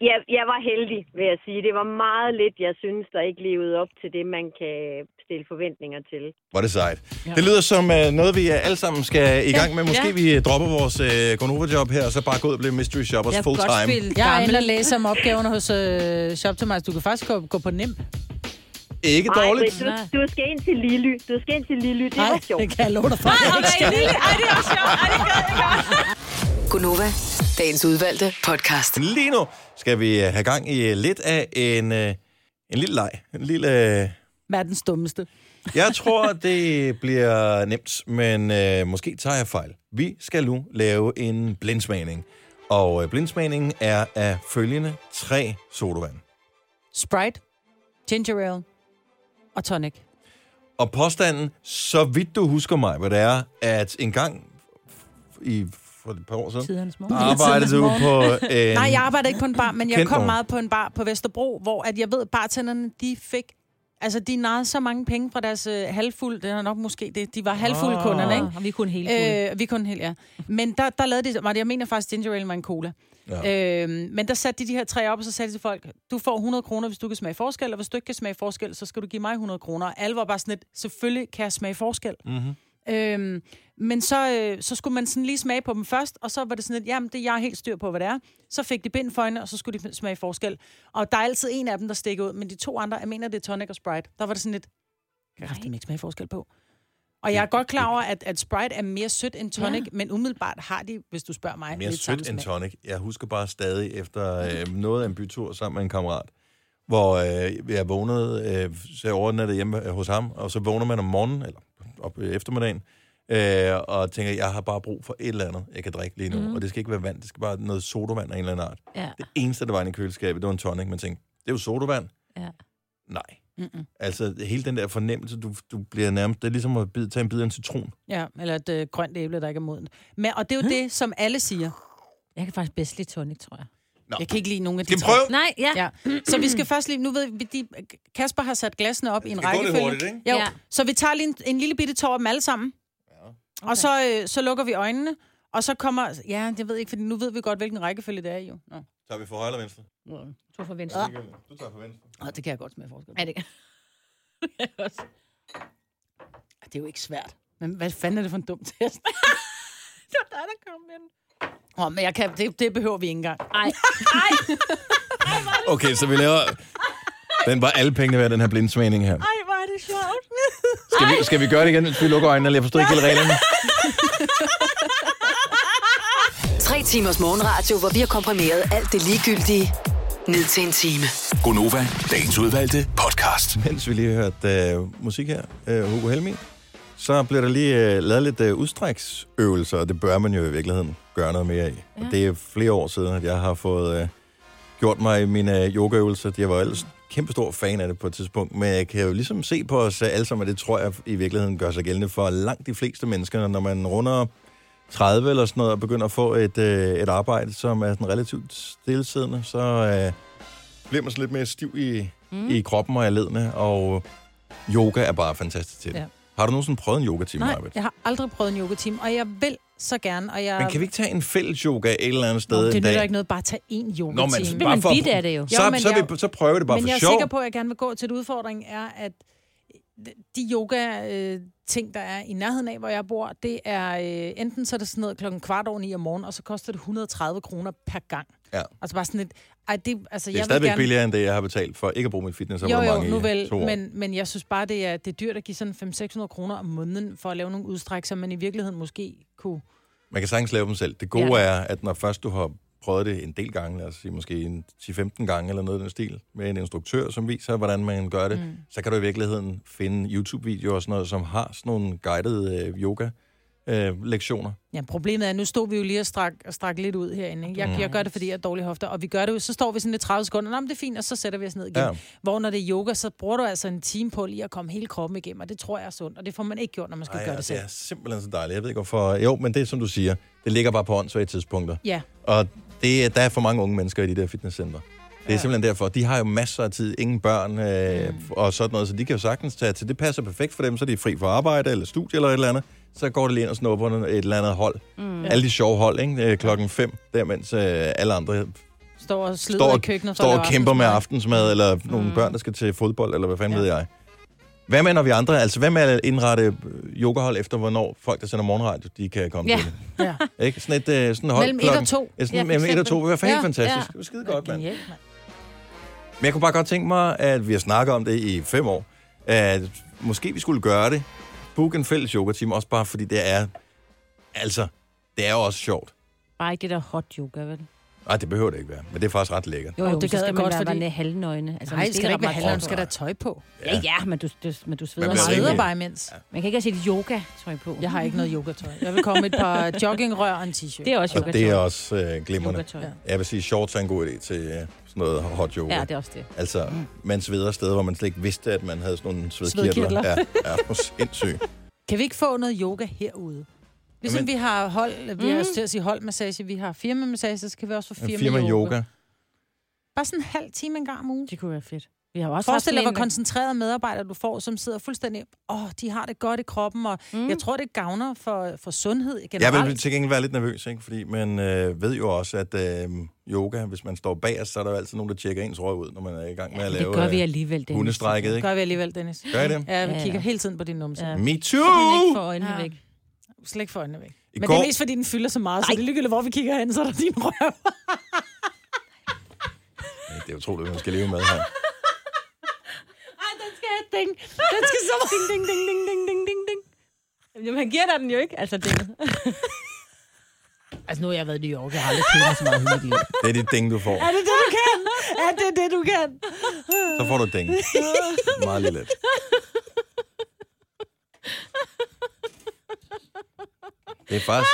Speaker 6: Jeg, jeg var heldig, vil jeg sige. Det var meget lidt, jeg synes, der ikke levede op til det, man kan stille forventninger til.
Speaker 1: Hvor er det sejt. Ja. Det lyder som uh, noget, vi øh, alle sammen skal i gang med. Måske
Speaker 3: Ja.
Speaker 1: ja. vi øh, dropper vores uh, Gonova-job her, og så bare gå ud og blive mystery shoppers
Speaker 3: Jeg
Speaker 1: full
Speaker 3: kunne godt
Speaker 1: time.
Speaker 3: spille
Speaker 2: Jeg er inde og
Speaker 3: gammel.
Speaker 2: læse om opgaverne hos øh, Shoptimize. Du kan faktisk gå, gå på nem.
Speaker 1: Ikke
Speaker 6: Ej,
Speaker 1: dårligt.
Speaker 6: Britt, du, du skal ind til Lilly. Du skal ind til Lilly. Det var sjovt.
Speaker 2: det kan jeg love dig for. jeg ikke skal.
Speaker 3: Ej, det er også sjovt. Ej, det gør jeg
Speaker 4: Gunova, dagens udvalgte podcast.
Speaker 1: Lige nu skal vi øh, have gang i øh, lidt af en, øh, En lille leg. En lille... Øh...
Speaker 2: Hvad er den stummeste?
Speaker 1: Jeg
Speaker 3: [LAUGHS]
Speaker 1: tror, det bliver nemt, men øh, måske tager jeg fejl. Vi skal nu lave en blindsmagning. Og øh, blindsmagningen er af følgende tre sodavand.
Speaker 2: Sprite, ginger ale og tonic.
Speaker 1: Og påstanden, så vidt du husker mig, hvad det er, at en gang f- i for et par år siden,
Speaker 8: Tidernes morgen.
Speaker 2: Ah.
Speaker 1: arbejdede du på øh, en...
Speaker 2: Nej, jeg arbejder ikke på en bar, men jeg
Speaker 1: Kendt
Speaker 2: kom
Speaker 1: nogen.
Speaker 2: meget på en bar på Vesterbro, hvor at jeg ved, at bartenderne, de fik... Altså, de narrede så mange penge fra deres øh, halvfuld... Det er nok måske det. De var halvfulde oh. kunderne, ikke?
Speaker 8: Og vi kunne hele fulde.
Speaker 2: Øh, vi kun helt, ja. Men der, der lavede de... var det- Jeg mener faktisk, ginger ale var en cola. Ja. Øh, men der satte de de her tre op, og så sagde de til folk, du får 100 kroner, hvis du kan smage forskel, og hvis du ikke kan smage forskel, så skal du give mig 100 kroner. Og alle var bare sådan lidt, selvfølgelig kan jeg smage forskel. Mm-hmm. Øhm, men så, øh, så skulle man sådan lige smage på dem først, og så var det sådan lidt, jamen det jeg er helt styr på, hvad det er. Så fik de bind for øjnene, og så skulle de smage forskel. Og der er altid en af dem, der stikker ud, men de to andre, jeg mener det er tonic og sprite, der var det sådan lidt, jeg har ikke smage forskel på. Og jeg er godt klar over, at, at Sprite er mere sødt end tonic, ja. men umiddelbart har de, hvis du spørger mig,
Speaker 1: mere
Speaker 2: lidt samme
Speaker 1: sødt end
Speaker 2: smag.
Speaker 1: tonic. Jeg husker bare stadig efter øh, noget af en bytur sammen med en kammerat, hvor øh, jeg vågnede, øh, så jeg overnattede hjemme øh, hos ham, og så vågner man om morgenen, eller op øh, eftermiddagen, øh, og tænker, jeg har bare brug for et eller andet, jeg kan drikke lige nu.
Speaker 2: Mhm.
Speaker 1: Mm. Og det skal ikke være vand, det skal bare noget sodavand af en eller anden art.
Speaker 8: Ja.
Speaker 1: Det eneste, der var inde i køleskabet, det var en tonic. Man tænkte, det er jo sodavand.
Speaker 8: Ja.
Speaker 1: Nej. Mm-mm. Altså, hele den der fornemmelse, du, du bliver nærmest... Det er ligesom at bide, tage en bid af en citron.
Speaker 2: Ja, eller et øh, grønt æble, der ikke er modent. Men, og det er jo det, som alle siger.
Speaker 8: Jeg kan faktisk bedst lide tonic, tror jeg.
Speaker 2: Jeg kan ikke lide nogen af de
Speaker 1: Skal vi
Speaker 2: tre.
Speaker 1: prøve?
Speaker 8: Nej, ja. ja.
Speaker 2: Ja. Så vi skal først lige... Nu ved vi, de, Kasper har sat glasene op i en
Speaker 1: Det går lidt
Speaker 2: rækkefølge.
Speaker 1: hurtigt, ikke?
Speaker 2: Jo.
Speaker 8: Ja.
Speaker 2: Ja. Så vi tager lige en, en lille bitte tår af dem alle sammen. Ja. Okay. Og så, øh, så lukker vi øjnene, og så kommer... Ja, det ved jeg ikke, for nu ved vi godt, hvilken rækkefølge det er i, jo. Nå.
Speaker 1: Tager vi for højre eller venstre?
Speaker 8: To for venstre.
Speaker 2: Ah.
Speaker 8: Ja.
Speaker 1: Du tager for venstre.
Speaker 2: Nå, det kan jeg godt smage forskel.
Speaker 8: Er det
Speaker 3: [LAUGHS]
Speaker 2: Det er jo ikke svært. Men hvad fanden er det for en dum [LAUGHS] test?
Speaker 8: Det var dig, der kom med den.
Speaker 2: Åh, men jeg kan, det, det behøver vi ikke engang.
Speaker 8: Ej, ej.
Speaker 1: Okay, så vi laver... Den var alle pengene værd, den her blindsmagning her.
Speaker 8: Ej, hvor er det sjovt.
Speaker 1: Skal vi, skal vi gøre det igen, mens vi lukker øjnene? Jeg forstår ikke hele reglerne.
Speaker 4: Tre timers morgenradio, hvor vi har komprimeret alt det ligegyldige ned til en time.
Speaker 5: Gonova, dagens udvalgte podcast.
Speaker 1: Mens vi lige har hørt uh, musik her, uh, Hugo Helmi, så bliver der lige uh, lavet lidt uh, udstræksøvelser, og det bør man jo i virkeligheden gøre noget mere i. Ja. Og det er flere år siden, at jeg har fået uh, gjort mig mine øh, yogaøvelser. Jeg var ellers kæmpestor fan af det på et tidspunkt, men jeg kan jo ligesom se på os øh, alle sammen, at det tror jeg i virkeligheden gør sig gældende for langt de fleste mennesker, når man runder 30 eller sådan noget, og begynder at få et, øh, et arbejde, som er sådan relativt stillesiddende, så øh, bliver man sådan lidt mere stiv i, mm. i kroppen og i ledene, og yoga er bare fantastisk til det. Ja.
Speaker 2: Ja.
Speaker 1: Har du nogensinde prøvet en yoga-time,
Speaker 2: Nej,
Speaker 1: Marvitt?
Speaker 2: jeg har aldrig prøvet en yogateam, og jeg vil så gerne, og jeg...
Speaker 1: Men kan vi ikke tage en fælles yoga et eller andet sted
Speaker 2: Nå,
Speaker 1: en
Speaker 2: det nytter
Speaker 1: dag?
Speaker 2: ikke noget bare at tage én yogateam.
Speaker 1: Nå, men
Speaker 8: bliver man bidt af det jo.
Speaker 1: Så,
Speaker 2: Jo,
Speaker 1: så,
Speaker 2: men
Speaker 1: så,
Speaker 2: jeg-
Speaker 1: vi- så prøver det bare
Speaker 2: Men
Speaker 1: for
Speaker 2: jeg er
Speaker 1: sjov.
Speaker 2: sikker på, at jeg gerne vil gå til et udfordring, er, at de yoga-ting, der er i nærheden af, hvor jeg bor, det er øh, enten så er det sådan noget klokken kvart over ni om morgenen, og så koster det 130 kroner per gang.
Speaker 1: Ja.
Speaker 2: Altså bare sådan lidt... Ej, det, altså,
Speaker 1: Det er
Speaker 2: jeg vil
Speaker 1: stadigvæk
Speaker 2: gerne...
Speaker 1: billigere end det, jeg har betalt for ikke at bruge mit fitness
Speaker 2: Jo, jo,
Speaker 1: i
Speaker 2: nu vel,
Speaker 1: to år.
Speaker 2: men, men jeg synes bare, det er, det er dyrt at give sådan 500-600 kroner om måneden for at lave nogle udstræk, som man i virkeligheden måske kunne...
Speaker 1: Man kan sagtens lave dem selv. Det gode
Speaker 2: Ja.
Speaker 1: ja. er, at når først du har prøvet det en del gange, lad os sige måske en 10-15 gange eller noget i den stil, med en instruktør, som viser, hvordan man gør det, mm. så kan du i virkeligheden finde YouTube-videoer og sådan noget, som har sådan nogle guidede øh, yoga-lektioner.
Speaker 2: Ja, problemet er, at nu stod vi jo lige og strak, og strak lidt ud herinde. Ikke? Jeg,
Speaker 1: Mm.
Speaker 2: jeg gør det, fordi jeg har dårlige hofter, og vi gør det jo, så står vi sådan lidt 30 sekunder, Nå, men det er fint, og så sætter vi os ned igen.
Speaker 1: Ja.
Speaker 2: Ja. Hvor når det er yoga, så bruger du altså en time på lige at komme hele kroppen igennem, og det tror jeg er sundt, og det får man ikke gjort, når man skal
Speaker 1: Ej, altså,
Speaker 2: Ej, gøre
Speaker 1: og
Speaker 2: det selv.
Speaker 1: det er simpelthen så dejligt. Jeg ved ikke hvorfor. Jo, men det er som du siger, det ligger bare på åndssvage tidspunkter.
Speaker 2: Ja,
Speaker 1: Og det, er- der er for mange unge mennesker i de der fitnesscenter. Det er ja. simpelthen derfor. De har jo masser af tid, ingen børn øh, mm. og sådan noget, så de kan jo sagtens tage til. Det passer perfekt for dem, så de er fri for arbejde eller studie eller et eller andet. Så går det lige ind og snupper et eller andet hold. Mm. Alle de sjove hold, ikke? Øh, klokken 5, der mens øh, alle andre
Speaker 2: står og slider
Speaker 1: står,
Speaker 2: i køkkenet. for at
Speaker 1: står og
Speaker 2: lave
Speaker 1: kæmper med
Speaker 2: aftensmad.
Speaker 1: aftensmad, eller mm. nogle børn, der skal til fodbold, eller hvad fanden ja. ved jeg. Hvad med, når vi andre, altså hvad med at indrette øh, yogahold efter, hvornår folk, der sender morgenradio, de kan komme
Speaker 8: Ja.
Speaker 1: til det?
Speaker 2: Ja.
Speaker 1: Ikke? Sådan et øh, sådan hold
Speaker 2: Mellem et og
Speaker 1: klokken-
Speaker 2: to.
Speaker 1: Ja, sådan,
Speaker 8: Ja,
Speaker 1: ja,
Speaker 8: for
Speaker 1: mellem et og
Speaker 8: eksempel.
Speaker 1: to. Det var fandme
Speaker 8: Ja,
Speaker 1: fantastisk.
Speaker 8: ja.
Speaker 1: Det var skide godt, mand.
Speaker 2: Genialt, mand.
Speaker 1: Men jeg kunne bare godt tænke mig, at vi har snakket om det i fem år, at måske vi skulle gøre det. Book en fælles yoga-time, også bare fordi det er, altså, det er jo også sjovt.
Speaker 8: Bare ikke det der hot yoga, vel?
Speaker 1: Nej, det behøver det ikke være, men det er faktisk ret lækkert.
Speaker 8: Jo,
Speaker 2: Åh,
Speaker 8: jo,
Speaker 2: det
Speaker 8: det
Speaker 2: gad
Speaker 8: så skal
Speaker 2: jeg
Speaker 8: man
Speaker 2: godt,
Speaker 8: godt, være
Speaker 2: fordi-
Speaker 8: fordi... halvnøgne. Altså,
Speaker 2: Nej,
Speaker 8: man
Speaker 2: det skal da ikke være
Speaker 8: ret
Speaker 2: halvnøgne,
Speaker 8: godt.
Speaker 2: du skal da have tøj på.
Speaker 8: Ja, ja, men du, du, men du sveder
Speaker 1: Man
Speaker 2: Jeg
Speaker 8: meget.
Speaker 1: bliver
Speaker 2: sveder
Speaker 1: rimelig-
Speaker 2: bare imens.
Speaker 8: Man kan ikke have sit yoga-tøj på.
Speaker 2: Jeg har ikke noget yogatøj. Jeg vil komme med et
Speaker 1: [LAUGHS]
Speaker 2: par joggingrør og en t-shirt.
Speaker 8: Det er også
Speaker 1: Og
Speaker 8: yoga-tøj.
Speaker 1: Altså, det er også øh, glimrende.
Speaker 8: Yogatøj. Ja.
Speaker 1: Jeg vil sige, shorts er en god idé til øh, sådan noget hot yoga.
Speaker 8: ja, det er også det.
Speaker 1: Altså,
Speaker 2: Mm.
Speaker 1: man sveder steder, hvor man slet ikke vidste, at man havde sådan nogle svedkirtler.
Speaker 2: Svedkirtler.
Speaker 1: Ja, ja, [LAUGHS] hvor sindssygt.
Speaker 2: Kan vi ikke få noget yoga herude? Ligesom
Speaker 1: Jamen-
Speaker 2: vi har hold, vi har også til at sige holdmassage, vi har firmamassage, så kan vi også få firma,
Speaker 1: Firma yoga.
Speaker 2: Bare sådan en halv time en gang om ugen.
Speaker 8: Det kunne være fedt. Vi har jo også
Speaker 2: Forestil dig, hvor
Speaker 8: haft en-
Speaker 2: koncentrerede medarbejdere du får, som sidder fuldstændig, åh, oh, de har det godt i kroppen, og mm. jeg tror, det gavner for, for sundhed generelt.
Speaker 1: Jeg vil til gengæld være lidt nervøs, ikke? fordi man øh, ved jo også, at øh, yoga, hvis man står bagerst, så er der jo altid nogen, der tjekker ens røg ud, når man er i gang med at
Speaker 8: Men
Speaker 1: lave
Speaker 8: det gør vi
Speaker 1: øh,
Speaker 8: alligevel, Dennis.
Speaker 1: hundestrækket. Ikke?
Speaker 2: Gør vi alligevel, Dennis.
Speaker 1: Gør I det?
Speaker 2: Ja, vi
Speaker 8: Ja, ja.
Speaker 2: kigger hele tiden på din numse. Ja.
Speaker 8: Ja.
Speaker 1: Me
Speaker 8: Hun ikke
Speaker 1: too!
Speaker 8: får øjnene
Speaker 2: Ja.
Speaker 8: væk.
Speaker 2: Slet ikke for øjnene væk.
Speaker 1: I
Speaker 2: Men det
Speaker 1: går-
Speaker 2: er mest, fordi den fylder så meget, så det er ligegyldigt, hvor vi kigger hen, så er der din røv.
Speaker 1: Det er utroligt, hvad man skal leve med her.
Speaker 8: Ej, den skal have ding.
Speaker 3: [LAUGHS]
Speaker 8: Den skal så... ding, ding, ding, ding, ding, ding, ding, ding. [LAUGHS] Jamen, han giver dig den jo ikke. Altså, det...
Speaker 1: [LAUGHS]
Speaker 2: Altså, nu har jeg været i New York, jeg har aldrig kigget så meget i mit liv.
Speaker 1: Det er det ding, du får.
Speaker 2: Er det det, du
Speaker 1: [LAUGHS]
Speaker 2: kan? Er det det, du kan?
Speaker 1: Så får du et
Speaker 2: [LAUGHS]
Speaker 1: ding. Meget lille. let. Det er faktisk...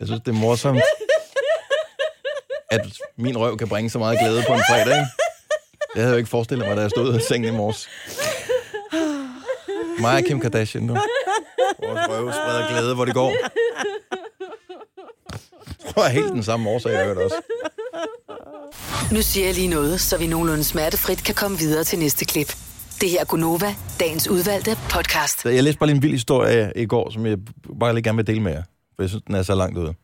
Speaker 1: Jeg synes, det er morsomt, at min røv kan bringe så meget glæde på en fredag. ikke? Det havde jeg jo ikke forestillet mig, da jeg stod ud af sengen i morges. Mig og Kim Kardashian nu. Vores røve spreder glæde, hvor det går. Det var helt den samme årsag, jeg hørte også.
Speaker 4: Nu siger jeg lige noget, så vi nogenlunde smertefrit kan komme videre til næste klip. Det her er Gunova, dagens udvalgte podcast.
Speaker 1: Så Jeg læste bare lige en vild historie i går, som jeg bare lige gerne vil dele med jer. For jeg synes, den er så langt ude.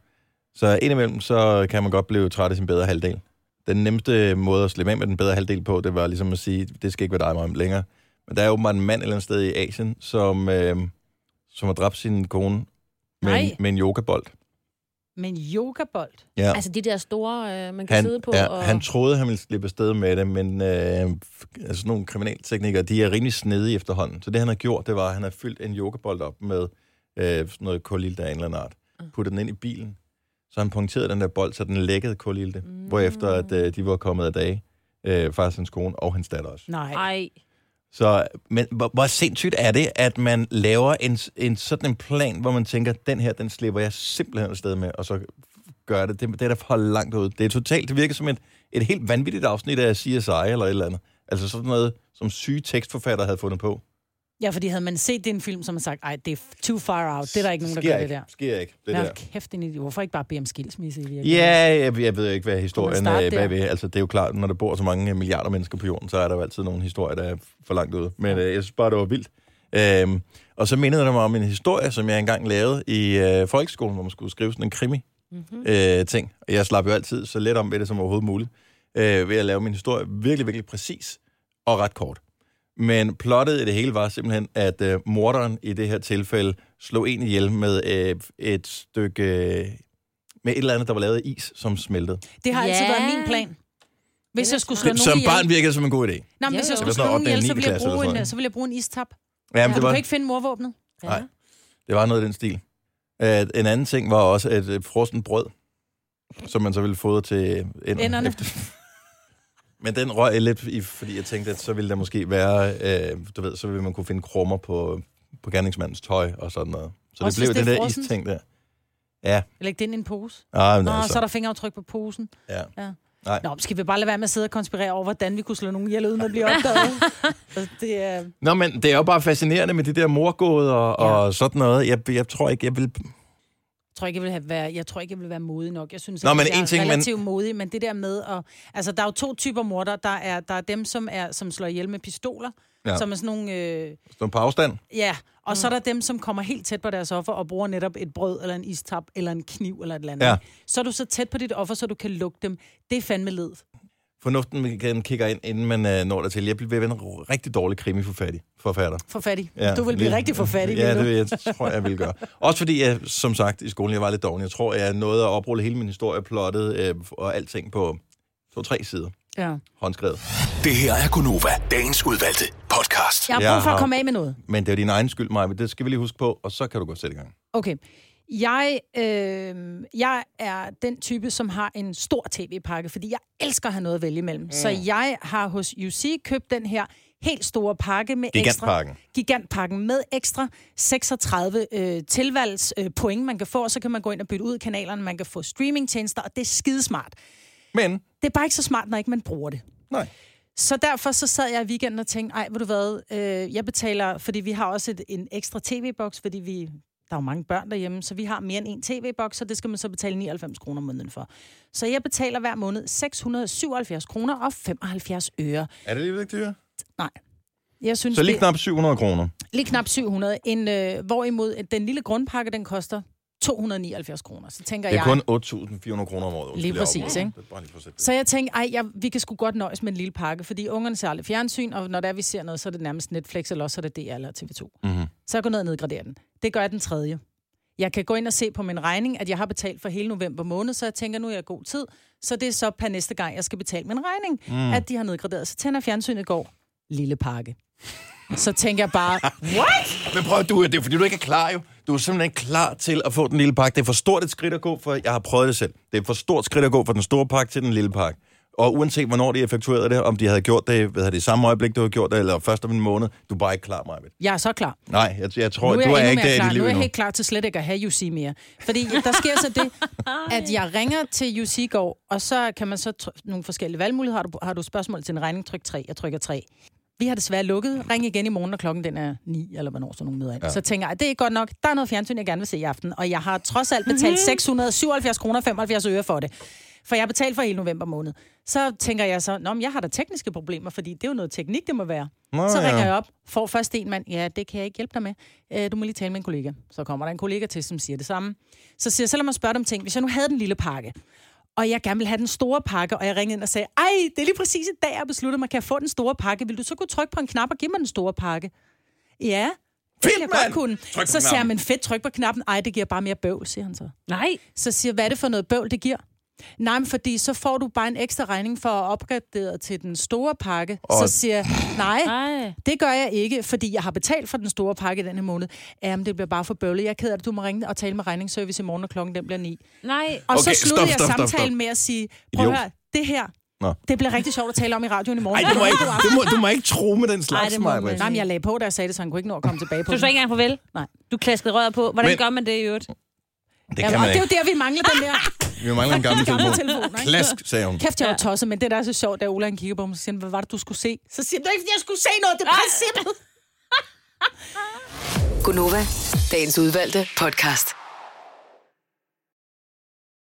Speaker 1: Så indimellem, så kan man godt blive træt af sin bedre halvdel. Den nemmeste måde at slippe af med den bedre halvdel på, det var ligesom at sige, det skal ikke være dig mig længere. Men der er åbenbart en mand et eller andet sted i Asien, som, øh, som har dræbt sin kone med, en,
Speaker 2: Nej.
Speaker 1: med en yogabold.
Speaker 2: Men yogabold.
Speaker 1: Ja.
Speaker 8: Altså, de der store, øh, man kan
Speaker 1: Han,
Speaker 8: sidde på.
Speaker 1: ja,
Speaker 8: og...
Speaker 1: han troede, han ville slippe afsted med det, men øh, f- altså, nogle kriminalteknikere, de er rimelig snedige efterhånden. Så det, han har gjort, det var, at han har fyldt en yogabold op med øh, sådan noget kulilde af en eller anden art.
Speaker 8: Mm.
Speaker 1: Puttet den ind i bilen. Så han punkterede den der bold, så den lækkede kulilde. Mm. Hvorefter at, øh, de var kommet af dage. Øh, faktisk hans kone og hans datter også.
Speaker 2: Nej.
Speaker 8: Ej,
Speaker 1: Så, men hvor, hvor sindssygt er det, at man laver en, en sådan en plan, hvor man tænker, den her, den slipper jeg simpelthen afsted med, og så gør det. Det, det er da for langt ud. Det er totalt, det virker som et, et helt vanvittigt afsnit af CSI eller et eller andet. Altså sådan noget, som syge tekstforfatter havde fundet på.
Speaker 2: Ja, fordi havde man set den film, som man sagt, ej, det er too far out. Det er der ikke nogen, der
Speaker 1: Sker
Speaker 2: gør det
Speaker 1: ikke,
Speaker 2: der.
Speaker 1: Sker ikke, det
Speaker 2: Det
Speaker 1: der.
Speaker 2: der. kæft, en idiot. Hvorfor ikke bare bede om skilsmisse i virkeligheden?
Speaker 1: Ja, jeg, jeg ved ikke, hvad
Speaker 2: Kunne
Speaker 1: historien
Speaker 2: man
Speaker 1: er
Speaker 2: starte
Speaker 1: øh,
Speaker 2: der?
Speaker 1: bagved. Altså, det er jo klart, når der bor så mange øh, milliarder mennesker på jorden, så er der jo altid nogle historier, der er for langt ude. Men øh, jeg synes bare, det var vildt. Øhm, og så mindede det mig om en historie, som jeg engang lavede i øh, folkeskolen, hvor man skulle skrive sådan en
Speaker 2: Mhm.
Speaker 1: krimi-ting. og jeg slap jo altid så let om ved det som overhovedet muligt, øh, ved at lave min historie virkelig, virkelig præcis og ret kort. Men plottet i det hele var simpelthen, at øh, morderen i det her tilfælde slog en ihjel med øh, et stykke... Øh, med et eller andet, der var lavet af is, som smeltede.
Speaker 2: Det har altid
Speaker 8: Ja.
Speaker 2: været min plan. Hvis jeg skulle slå
Speaker 1: Det,
Speaker 2: nogen
Speaker 1: som
Speaker 2: ihjel,
Speaker 1: barn virkede som en god idé.
Speaker 2: Nå, men
Speaker 8: Ja,
Speaker 2: hvis
Speaker 8: ja.
Speaker 2: jeg
Speaker 8: Det
Speaker 1: var
Speaker 2: skulle slå
Speaker 1: sådan
Speaker 2: nogen
Speaker 1: noget
Speaker 2: ihjel,
Speaker 1: ottende,
Speaker 2: så ville
Speaker 1: niende
Speaker 2: jeg
Speaker 1: klasse eller
Speaker 2: bruge
Speaker 1: sådan
Speaker 2: en,
Speaker 1: noget.
Speaker 2: så ville jeg bruge en istap.
Speaker 1: Jamen,
Speaker 2: Du
Speaker 1: det, var,
Speaker 2: kan ikke finde morvåbnet.
Speaker 1: Nej. det var noget af den stil. Uh, en anden ting var også et uh, frossen brød, som man så ville fodre til enderne.
Speaker 2: Enderne.
Speaker 1: [LAUGHS] Men den røg jeg lidt i, fordi jeg tænkte, at så ville der måske være, øh, du ved, så ville man kunne finde krummer på, på gerningsmandens tøj og sådan noget. Så
Speaker 2: Også
Speaker 1: det
Speaker 2: hvis
Speaker 1: blev den
Speaker 2: det er
Speaker 1: der
Speaker 2: frossent?
Speaker 1: isting der. Ja,
Speaker 2: Læg den i en pose.
Speaker 1: ah, men
Speaker 2: Nå,
Speaker 1: altså,
Speaker 2: så er der fingeraftryk på posen.
Speaker 1: ja.
Speaker 2: Ja.
Speaker 1: Nej.
Speaker 2: Nå, men skal vi bare lade være med at sidde og konspirere over, hvordan vi kunne slå nogen ihjel, uden
Speaker 1: [LAUGHS]
Speaker 2: at blive opdaget? Altså, det er...
Speaker 1: Nå, men det er jo bare fascinerende med de der morgåder og, ja.
Speaker 2: Ja.
Speaker 1: og sådan noget. Jeg, jeg tror ikke, jeg vil...
Speaker 2: Jeg tror ikke, jeg vil have være, jeg tror ikke, jeg vil være modig nok. Jeg synes,
Speaker 1: Nå,
Speaker 2: at
Speaker 1: men
Speaker 2: jeg
Speaker 1: en ting,
Speaker 2: er
Speaker 1: men-
Speaker 2: relativt modig, men det der med at... Altså, der er jo to typer morder. Der er, der er dem, som, er, som slår ihjel med pistoler,
Speaker 1: Ja.
Speaker 2: ja. som er sådan nogle... Øh,
Speaker 1: Stå på afstand.
Speaker 2: ja, og mm. så er der dem, som kommer helt tæt på deres offer og bruger netop et brød, eller en istap, eller en kniv, eller et eller andet.
Speaker 1: Ja.
Speaker 2: Så er du så tæt på dit offer, så du kan lukke dem. Det er fandme led.
Speaker 1: fornuften igen kigger ind, inden man øh, når dertil. Jeg bliver ved en r- rigtig dårlig krimiforfatter. Forfatter.
Speaker 2: For fattig. Ja, du vil blive
Speaker 1: lidt.
Speaker 2: rigtig for fattig.
Speaker 1: Ja,
Speaker 2: vil du?
Speaker 1: det vil jeg, tror jeg, vil gøre. Også fordi jeg, som sagt, i skolen, jeg var lidt dårlig. Jeg tror, jeg nåede at oprulle hele min historie, plottet øh, og alting på to-tre sider
Speaker 2: Ja.
Speaker 1: håndskrevet.
Speaker 5: Det her er Gunova, dagens udvalgte podcast.
Speaker 2: Jeg har brug for
Speaker 1: har-
Speaker 2: at komme af med noget.
Speaker 1: Men det er din egen skyld, Maja, men det skal vi lige huske på, og så kan du godt sætte i gang.
Speaker 2: Okay. Jeg, øh, jeg er den type, som har en stor tv-pakke, fordi jeg elsker at have noget at vælge imellem. Mm. Så jeg har hos UC købt den her helt store pakke med
Speaker 1: Gigantpakken.
Speaker 2: ekstra... Gigantpakken. med ekstra 36 øh, tilvalgs øh, point, man kan få, og så kan man gå ind og bytte ud i kanalerne, man kan få streamingtjenester, og det er skidesmart.
Speaker 1: Men,
Speaker 2: Det er bare ikke så smart, når ikke man bruger det.
Speaker 1: nej.
Speaker 2: Så derfor så sad jeg i weekenden og tænkte, ej, ved du hvad, øh, jeg betaler, fordi vi har også et, en ekstra tv-boks, fordi vi, der er jo mange børn derhjemme, så vi har mere end en tv-boks, så det skal man så betale 99 kroner om måneden for. Så jeg betaler hver måned 677 kroner og 75 øre.
Speaker 1: Er det alligevel ikke dyrt?
Speaker 2: Nej. Jeg synes,
Speaker 1: Så lige
Speaker 2: det-
Speaker 1: knap 700 kroner.
Speaker 2: lige knap 700, en, øh, hvorimod at den lille grundpakke, den koster 279 kroner. Så tænker
Speaker 1: Det er
Speaker 2: jeg,
Speaker 1: kun 8.400 kroner om året. Undskyld,
Speaker 2: Lige
Speaker 1: jeg
Speaker 2: præcis,
Speaker 1: afbryder.
Speaker 2: ikke?
Speaker 1: Det er bare lige for at sætte det.
Speaker 2: Så jeg tænkte, ej, jeg, vi kan sgu godt nøjes med en lille pakke, fordi ungerne ser aldrig fjernsyn, og når der vi ser noget, så er det nærmest Netflix, eller også er det DR eller TV2. Mm-hmm. Så jeg går ned og nedgraderer den. Det gør jeg den tredje. Jeg kan gå ind og se på min regning, at jeg har betalt for hele november måned, så jeg tænker, nu er jeg i god tid. Så det er så per næste gang, jeg skal betale min regning, mm. at de har nedgraderet. Så tænder jeg fjernsynet i går. Lille pakke. Så tænker jeg bare,
Speaker 1: Men prøv at du, det er fordi, du ikke er klar jo. Du er simpelthen ikke klar til at få den lille pakke. Det er for stort et skridt at gå, for jeg har prøvet det selv. Det er for stort skridt at gå fra den store pakke til den lille pakke. Og uanset hvornår de effektuerede det, om de havde gjort det, hvad havde det i samme øjeblik, du havde gjort det, eller først om en måned, du er bare ikke klar, Maja.
Speaker 2: jeg er så klar.
Speaker 1: Nej, jeg, jeg tror,
Speaker 2: nu er
Speaker 1: du
Speaker 2: jeg
Speaker 1: er
Speaker 2: endnu
Speaker 1: ikke
Speaker 2: mere
Speaker 1: der i
Speaker 2: klar.
Speaker 1: dit liv
Speaker 2: Nu er jeg
Speaker 1: endnu.
Speaker 2: helt klar til slet ikke at have UC mere. Fordi der sker så det, at jeg ringer til UC i går, og så kan man så tr- nogle forskellige valgmuligheder. Har du, har du spørgsmål til en regning, tryk 3. Jeg trykker 3. Vi har desværre lukket. Ring igen i morgen, når klokken den er 9, eller hvornår så nogen møder ind. Ja. Så tænker jeg, at det er ikke godt nok. Der er noget fjernsyn, jeg gerne vil se i aften. Og jeg har trods alt betalt 677 kroner 75 øre for det. For jeg har betalt for hele november måned. Så tænker jeg så, Nå, men jeg har da tekniske problemer, fordi det er jo noget teknik, det må være.
Speaker 1: Nå,
Speaker 2: Nå, så
Speaker 1: ja.
Speaker 2: ringer jeg op, får først en mand, ja, det kan jeg ikke hjælpe dig med. Øh, du må lige tale med en kollega. Så kommer der en kollega til, som siger det samme. Så siger jeg, selvom jeg spørger dem ting, hvis jeg nu havde den lille pakke, og jeg gerne ville have den store pakke, og jeg ringede ind og sagde, ej, det er lige præcis i dag, jeg besluttede mig, kan jeg få den store pakke? Vil du så kunne trykke på en knap og give mig den store pakke? Ja, det vil jeg
Speaker 1: mand!
Speaker 2: godt kunne.
Speaker 1: Tryk på
Speaker 2: Så siger jeg,
Speaker 1: knappen.
Speaker 2: men fedt, tryk på knappen. Ej, det giver bare mere bøvl, siger han så.
Speaker 8: Nej.
Speaker 2: Så siger jeg, hvad er det for noget bøvl, det giver? Nej, men fordi så får du bare en ekstra regning for at opgradere til den store pakke. Og...
Speaker 1: Og-
Speaker 2: Så siger jeg, nej,
Speaker 8: Nej.
Speaker 2: det gør jeg ikke, fordi jeg har betalt for den store pakke den her måned. Jamen, det bliver bare for bøvlet. Jeg er ked af det. Du må ringe og tale med regningsservice i morgen, når klokken den bliver ni.
Speaker 8: Nej.
Speaker 2: Og okay,
Speaker 1: Okay,
Speaker 2: så sluttede
Speaker 1: stop, stop,
Speaker 2: jeg
Speaker 1: stop,
Speaker 2: samtalen
Speaker 1: stop.
Speaker 2: med at sige, prøv
Speaker 1: Idiot.
Speaker 2: at høre, det her,
Speaker 1: Nå.
Speaker 2: det bliver rigtig sjovt at tale om i radioen i morgen.
Speaker 1: Ej, du må ikke, du må, du må ikke tro med den
Speaker 8: Ej,
Speaker 1: slags,
Speaker 8: det må
Speaker 1: Maja.
Speaker 8: man ikke.
Speaker 2: Nej, men jeg lagde på, da jeg sagde det, så han kunne ikke nå at komme tilbage på
Speaker 8: Du
Speaker 2: det.
Speaker 8: så ikke engang farvel?
Speaker 2: Nej.
Speaker 8: Du klaskede røret på. Hvordan
Speaker 1: Men-
Speaker 8: gør man det i øvrigt?
Speaker 1: Det
Speaker 2: Ja,
Speaker 1: kan man
Speaker 2: og det er
Speaker 1: ikke.
Speaker 2: jo der, vi mangler
Speaker 8: [LAUGHS]
Speaker 2: den der
Speaker 1: Vi mangler en
Speaker 2: [LAUGHS]
Speaker 1: gammel
Speaker 2: gamle
Speaker 1: telefon.
Speaker 2: telefon. Ikke?
Speaker 1: Klask, sagde hun.
Speaker 2: Kæft, jeg var tosset, men det der er så sjovt, da Ola han kigger på mig, så siger han, hvad var det, du skulle se? Så siger han, det er ikke, fordi jeg skulle se noget, det er princippet.
Speaker 4: Gunova, dagens udvalgte podcast.